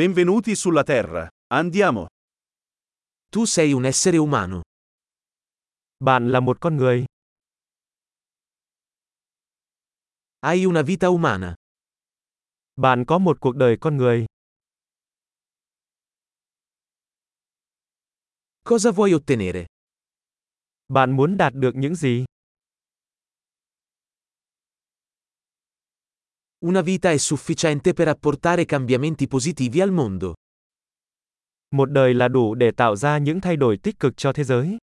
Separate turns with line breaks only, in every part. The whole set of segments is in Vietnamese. Benvenuti sulla Terra. Andiamo.
Tu sei un essere umano.
Bạn là một con người.
Hai una vita umana.
Bạn có một cuộc đời con người.
Cosa vuoi ottenere?
Bạn muốn đạt được những gì?
Una vita è sufficiente per apportare cambiamenti positivi al mondo.
Một đời là đủ để tạo ra những thay đổi tích cực cho thế giới.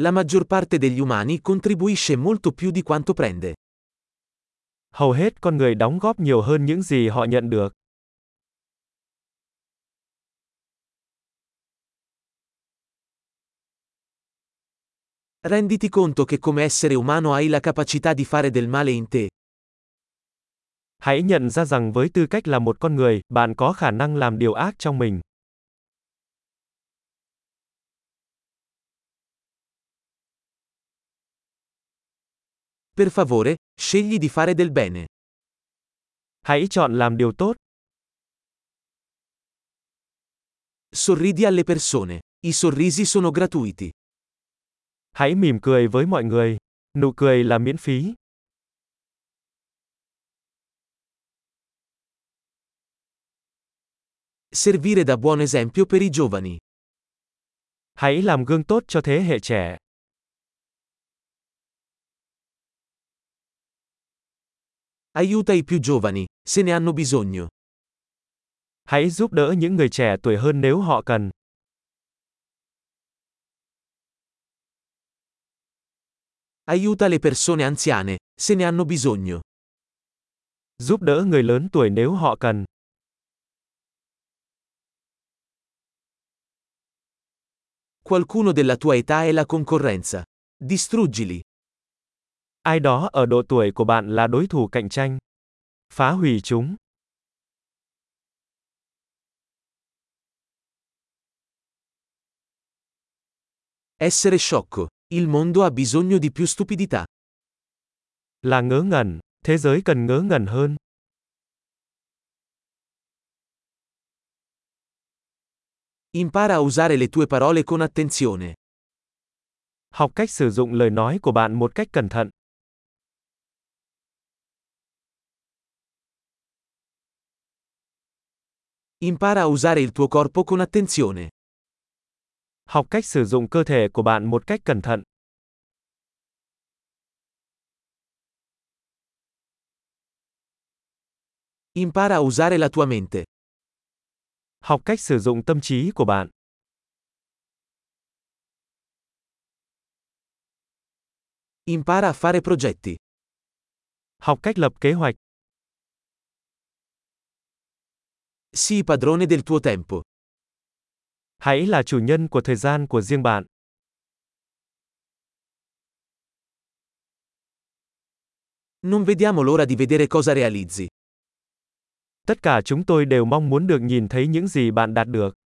La maggior parte degli umani contribuisce molto più di quanto prende.
Hầu hết con người đóng góp nhiều hơn những gì họ nhận được.
Renditi conto che come essere umano hai la capacità di fare del male in te.
Hãy nhận ra rằng với tư cách là một con người, bạn có khả năng làm điều ác trong mình.
Per favore, scegli di fare del bene.
Hãy chọn làm điều tốt.
Sorridi alle persone. I sorrisi sono gratuiti.
Hãy mỉm cười với mọi người. Nụ cười là miễn phí.
Servire da buon esempio per i giovani.
Hãy làm gương tốt cho thế hệ trẻ.
Aiuta i più giovani, se ne hanno bisogno.
Hãy giúp đỡ những người trẻ tuổi hơn nếu họ cần.
Aiuta le persone anziane, se ne hanno bisogno.
Giúp đỡ người lớn tuổi nếu họ cần.
Qualcuno della tua età è la concorrenza. Distruggili.
Ai đó ở độ tuổi của bạn là đối thủ cạnh tranh. Phá hủy chúng.
Essere sciocco. Il mondo ha bisogno di più stupidità.
Là ngớ ngẩn, thế giới cần ngớ ngẩn hơn.
Impara a usare le tue parole con attenzione.
Học cách sử dụng lời nói của bạn một cách cẩn thận.
Impara a usare il tuo corpo con attenzione.
Học cách sử dụng cơ thể của bạn một cách cẩn thận.
Impara a usare la tua mente.
Học cách sử dụng tâm trí của bạn.
Impara a fare progetti.
Học cách lập kế hoạch.
Sii padrone del tuo tempo.
Hãy là chủ nhân của thời gian của riêng bạn.
Non vediamo l'ora di vedere cosa realizzi.
Tất cả chúng tôi đều mong muốn được nhìn thấy những gì bạn đạt được.